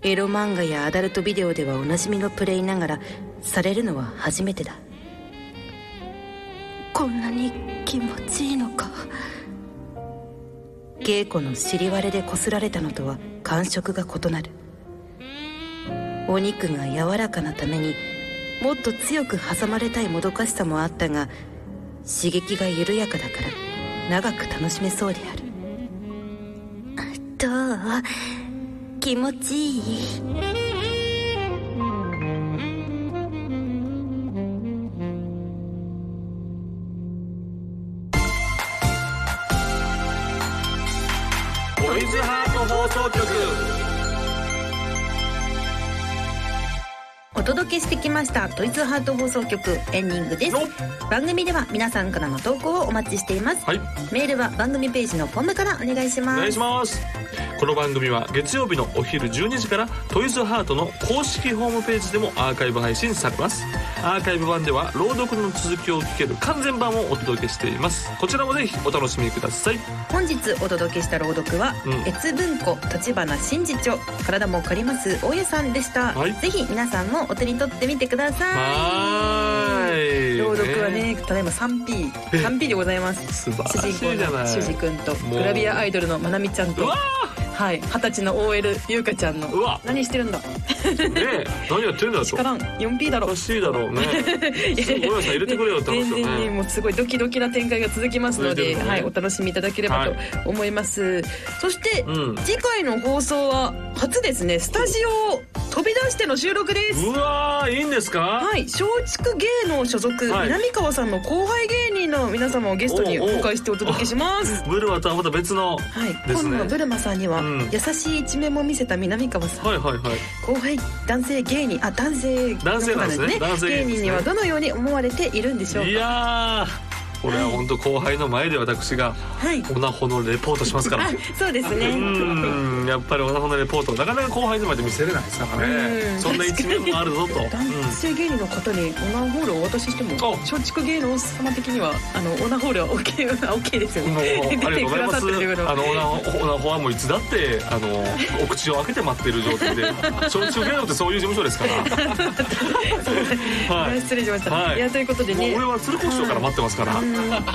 [SPEAKER 1] エロ漫画やアダルトビデオではおなじみのプレイながらされるのは初めてだ
[SPEAKER 7] こんなに気持ちいいのか
[SPEAKER 1] 稽古の尻割れでこすられたのとは感触が異なるお肉が柔らかなためにもっと強く挟まれたいもどかしさもあったが刺激が緩やかだから長く楽しめそうである
[SPEAKER 7] どう気持ちいい
[SPEAKER 2] トイズハート放送局
[SPEAKER 3] お届けしてきましたトイズハート放送局エンディングです
[SPEAKER 2] よっ
[SPEAKER 3] 番組では皆さんからの投稿をお待ちしています、
[SPEAKER 2] はい
[SPEAKER 3] メールは番組ページのフォームからお願いし
[SPEAKER 2] お
[SPEAKER 3] ま
[SPEAKER 2] 願い
[SPEAKER 3] す
[SPEAKER 2] しますこの番組は月曜日のお昼12時からトイズハートの公式ホームページでもアーカイブ配信されますアーカイブ版では朗読の続きを聞ける完全版をお届けしていますこちらもぜひお楽しみください
[SPEAKER 3] 本日お届けした朗読は、
[SPEAKER 2] うん
[SPEAKER 3] 越文庫立花真嗣著体も借ります大家さんでした、
[SPEAKER 2] はい
[SPEAKER 3] ぜひ皆さんもお手に取ってみてくださ
[SPEAKER 2] はいーい
[SPEAKER 3] 朗読はねただいま 3P 3P でございます
[SPEAKER 2] 素晴
[SPEAKER 3] 主
[SPEAKER 2] らし
[SPEAKER 3] 人公
[SPEAKER 2] いじゃな
[SPEAKER 3] の
[SPEAKER 2] い
[SPEAKER 3] 主人君と
[SPEAKER 2] もう
[SPEAKER 3] グラビアアイドルのまなみちゃん
[SPEAKER 2] う
[SPEAKER 3] と
[SPEAKER 2] わ
[SPEAKER 3] はい二十歳の OL 優香ちゃん
[SPEAKER 2] う
[SPEAKER 3] の
[SPEAKER 2] わ
[SPEAKER 3] 何してるんだ
[SPEAKER 2] ねえ何やってんだよと
[SPEAKER 3] わからん 4P だ
[SPEAKER 2] お
[SPEAKER 3] ろ
[SPEAKER 2] かしいだろうねすごいおさん入れてくれよって話
[SPEAKER 3] 全
[SPEAKER 2] だ
[SPEAKER 3] 然ね
[SPEAKER 2] ね
[SPEAKER 3] もうすごいドキドキな展開が続きますの
[SPEAKER 2] 続い
[SPEAKER 3] で、
[SPEAKER 2] てるね
[SPEAKER 3] はい、お楽しみいただければと思います、そして、
[SPEAKER 2] うん
[SPEAKER 3] 次回の放送は初ですねスタジオを飛び出しての収録です
[SPEAKER 2] うわーいいんですか
[SPEAKER 3] はい松竹芸能所属、
[SPEAKER 2] はい
[SPEAKER 3] 南川さんの後輩芸人の皆様をゲストにお
[SPEAKER 2] おうおう
[SPEAKER 3] 迎えしてお届けします
[SPEAKER 2] ブルマとはまた別の
[SPEAKER 3] はい、
[SPEAKER 2] です
[SPEAKER 3] 今
[SPEAKER 2] ね
[SPEAKER 3] 度のブルマさんには、
[SPEAKER 2] うん
[SPEAKER 3] 優しい一面も見せた南川さん
[SPEAKER 2] はいはいはい
[SPEAKER 3] 後輩男性芸人あ男性
[SPEAKER 2] 男性なんですね男性
[SPEAKER 3] 芸
[SPEAKER 2] 芸人で
[SPEAKER 3] 人
[SPEAKER 2] すね
[SPEAKER 3] にはどのように思われているんでしょう
[SPEAKER 2] い
[SPEAKER 3] か
[SPEAKER 2] やーこれは本当後輩の前で私が
[SPEAKER 3] はい
[SPEAKER 2] オナホのレポートしますから
[SPEAKER 3] あそうです
[SPEAKER 2] う
[SPEAKER 3] ね
[SPEAKER 2] ーんやっぱりオナホのレポートなかなか後輩の前で見せれないですか
[SPEAKER 3] う
[SPEAKER 2] らね
[SPEAKER 3] ん
[SPEAKER 2] そんな一面もあるぞと、うん
[SPEAKER 3] 男性芸人の方にオナホールをお渡ししても
[SPEAKER 2] お
[SPEAKER 3] 松竹芸能様的にはあのオナホールは OK, あ OK ですよ
[SPEAKER 2] もう
[SPEAKER 3] ね
[SPEAKER 2] あ
[SPEAKER 3] 出て
[SPEAKER 2] りがとうご
[SPEAKER 3] く
[SPEAKER 2] ざい
[SPEAKER 3] だ
[SPEAKER 2] ま
[SPEAKER 3] さっ
[SPEAKER 2] す
[SPEAKER 3] てる
[SPEAKER 2] あのオナホオナホはもういつだってあのお口を開けて待ってる状態で小中芸能ってそういう事務所ですからは
[SPEAKER 3] 失礼しました、
[SPEAKER 2] はい
[SPEAKER 3] い、やということで
[SPEAKER 2] いもう
[SPEAKER 3] ね
[SPEAKER 2] 俺は鶴子師匠から待ってますから、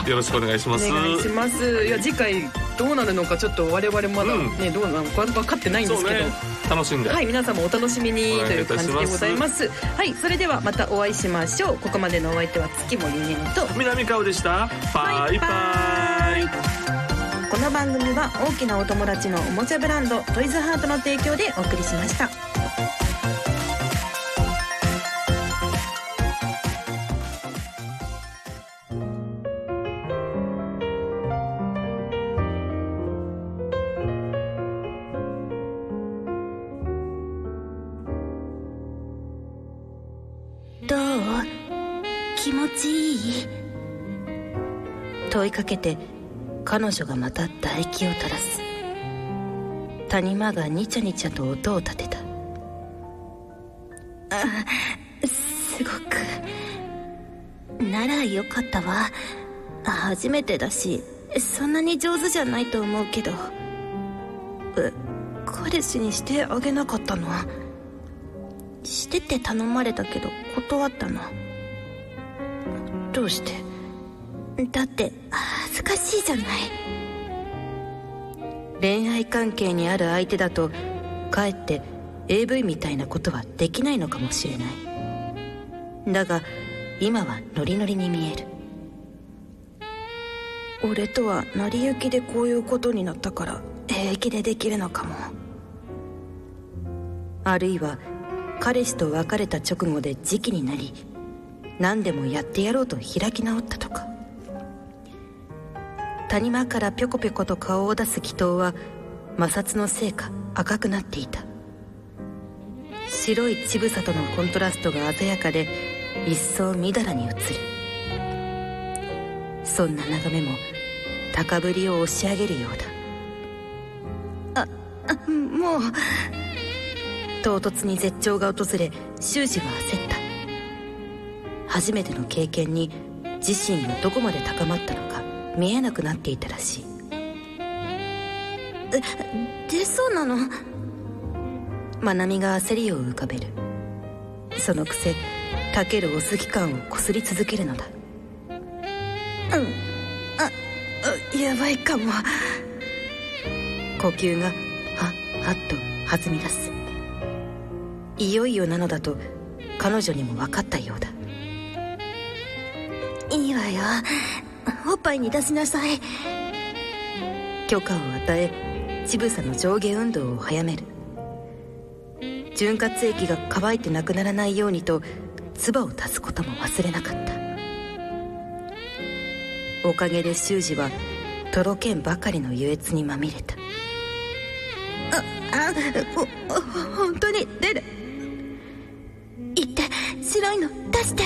[SPEAKER 2] よろしくお願いしま
[SPEAKER 3] お
[SPEAKER 2] す
[SPEAKER 3] 願いしますいや次回どうなるのかちょっと我々まだね、どうなのか分かってないんで
[SPEAKER 2] そう
[SPEAKER 3] すけど、
[SPEAKER 2] ね楽しんで、
[SPEAKER 3] はい、皆さんもお楽しみにと
[SPEAKER 2] お願い
[SPEAKER 3] いう感じでござい
[SPEAKER 2] い
[SPEAKER 3] ま
[SPEAKER 2] た
[SPEAKER 3] す。はい、それではまたお会いしましょう。ここまでのお相手は月森ゆねみと。
[SPEAKER 2] 南川でしたバイバイ
[SPEAKER 3] この番組は大きなお友達のおもちゃブランドトイズハートの提供でお送りしました。
[SPEAKER 7] どう気持ちいい
[SPEAKER 1] 問いかけて彼女がまた唾液を垂らす谷間がニチャニチャと音を立てた
[SPEAKER 7] すごくならよかったわ初めてだしそんなに上手じゃないと思うけど
[SPEAKER 1] え彼氏にしてあげなかったの
[SPEAKER 7] してって頼まれたけど断ったの
[SPEAKER 1] どうして
[SPEAKER 7] だって恥ずかしいじゃない
[SPEAKER 1] 恋愛関係にある相手だとかえって AV みたいなことはできないのかもしれないだが今はノリノリに見える俺とは成り行きでこういうことになったから平気でできるのかもあるいは彼氏と別れた直後で時期になり何でもやってやろうと開き直ったとか谷間からぴょこぴょこと顔を出す祈祷は摩擦のせいか赤くなっていた白い乳房とのコントラストが鮮やかで一層みだらに映るそんな眺めも高ぶりを押し上げるよ
[SPEAKER 8] うだああもう
[SPEAKER 1] 唐突に絶頂が訪れ修士は焦った初めての経験に自身がどこまで高まったのか見えなくなっていたらしい
[SPEAKER 8] え出そうなの
[SPEAKER 1] まなみが焦りを浮かべるそのくせたけるお好き感をこすり続けるのだ
[SPEAKER 8] うんああやばいかも
[SPEAKER 1] 呼吸がはっはっと弾み出すいよいよなのだと彼女にも分かったようだ
[SPEAKER 8] いいわよおっぱいに出しなさい
[SPEAKER 1] 許可を与え乳房の上下運動を早める潤滑液が乾いてなくならないようにと唾を足すことも忘れなかったおかげで修二はとろけんばかりの優越にまみれた
[SPEAKER 8] ああほ本当に出る行って白いの出して